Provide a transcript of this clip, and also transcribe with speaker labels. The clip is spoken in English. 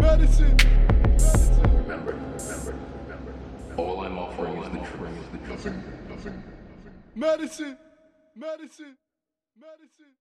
Speaker 1: Medicine.
Speaker 2: Remember, remember, remember. All I'm offering is the truth. Nothing, nothing, nothing.
Speaker 1: Medicine. Medicine. Medicine.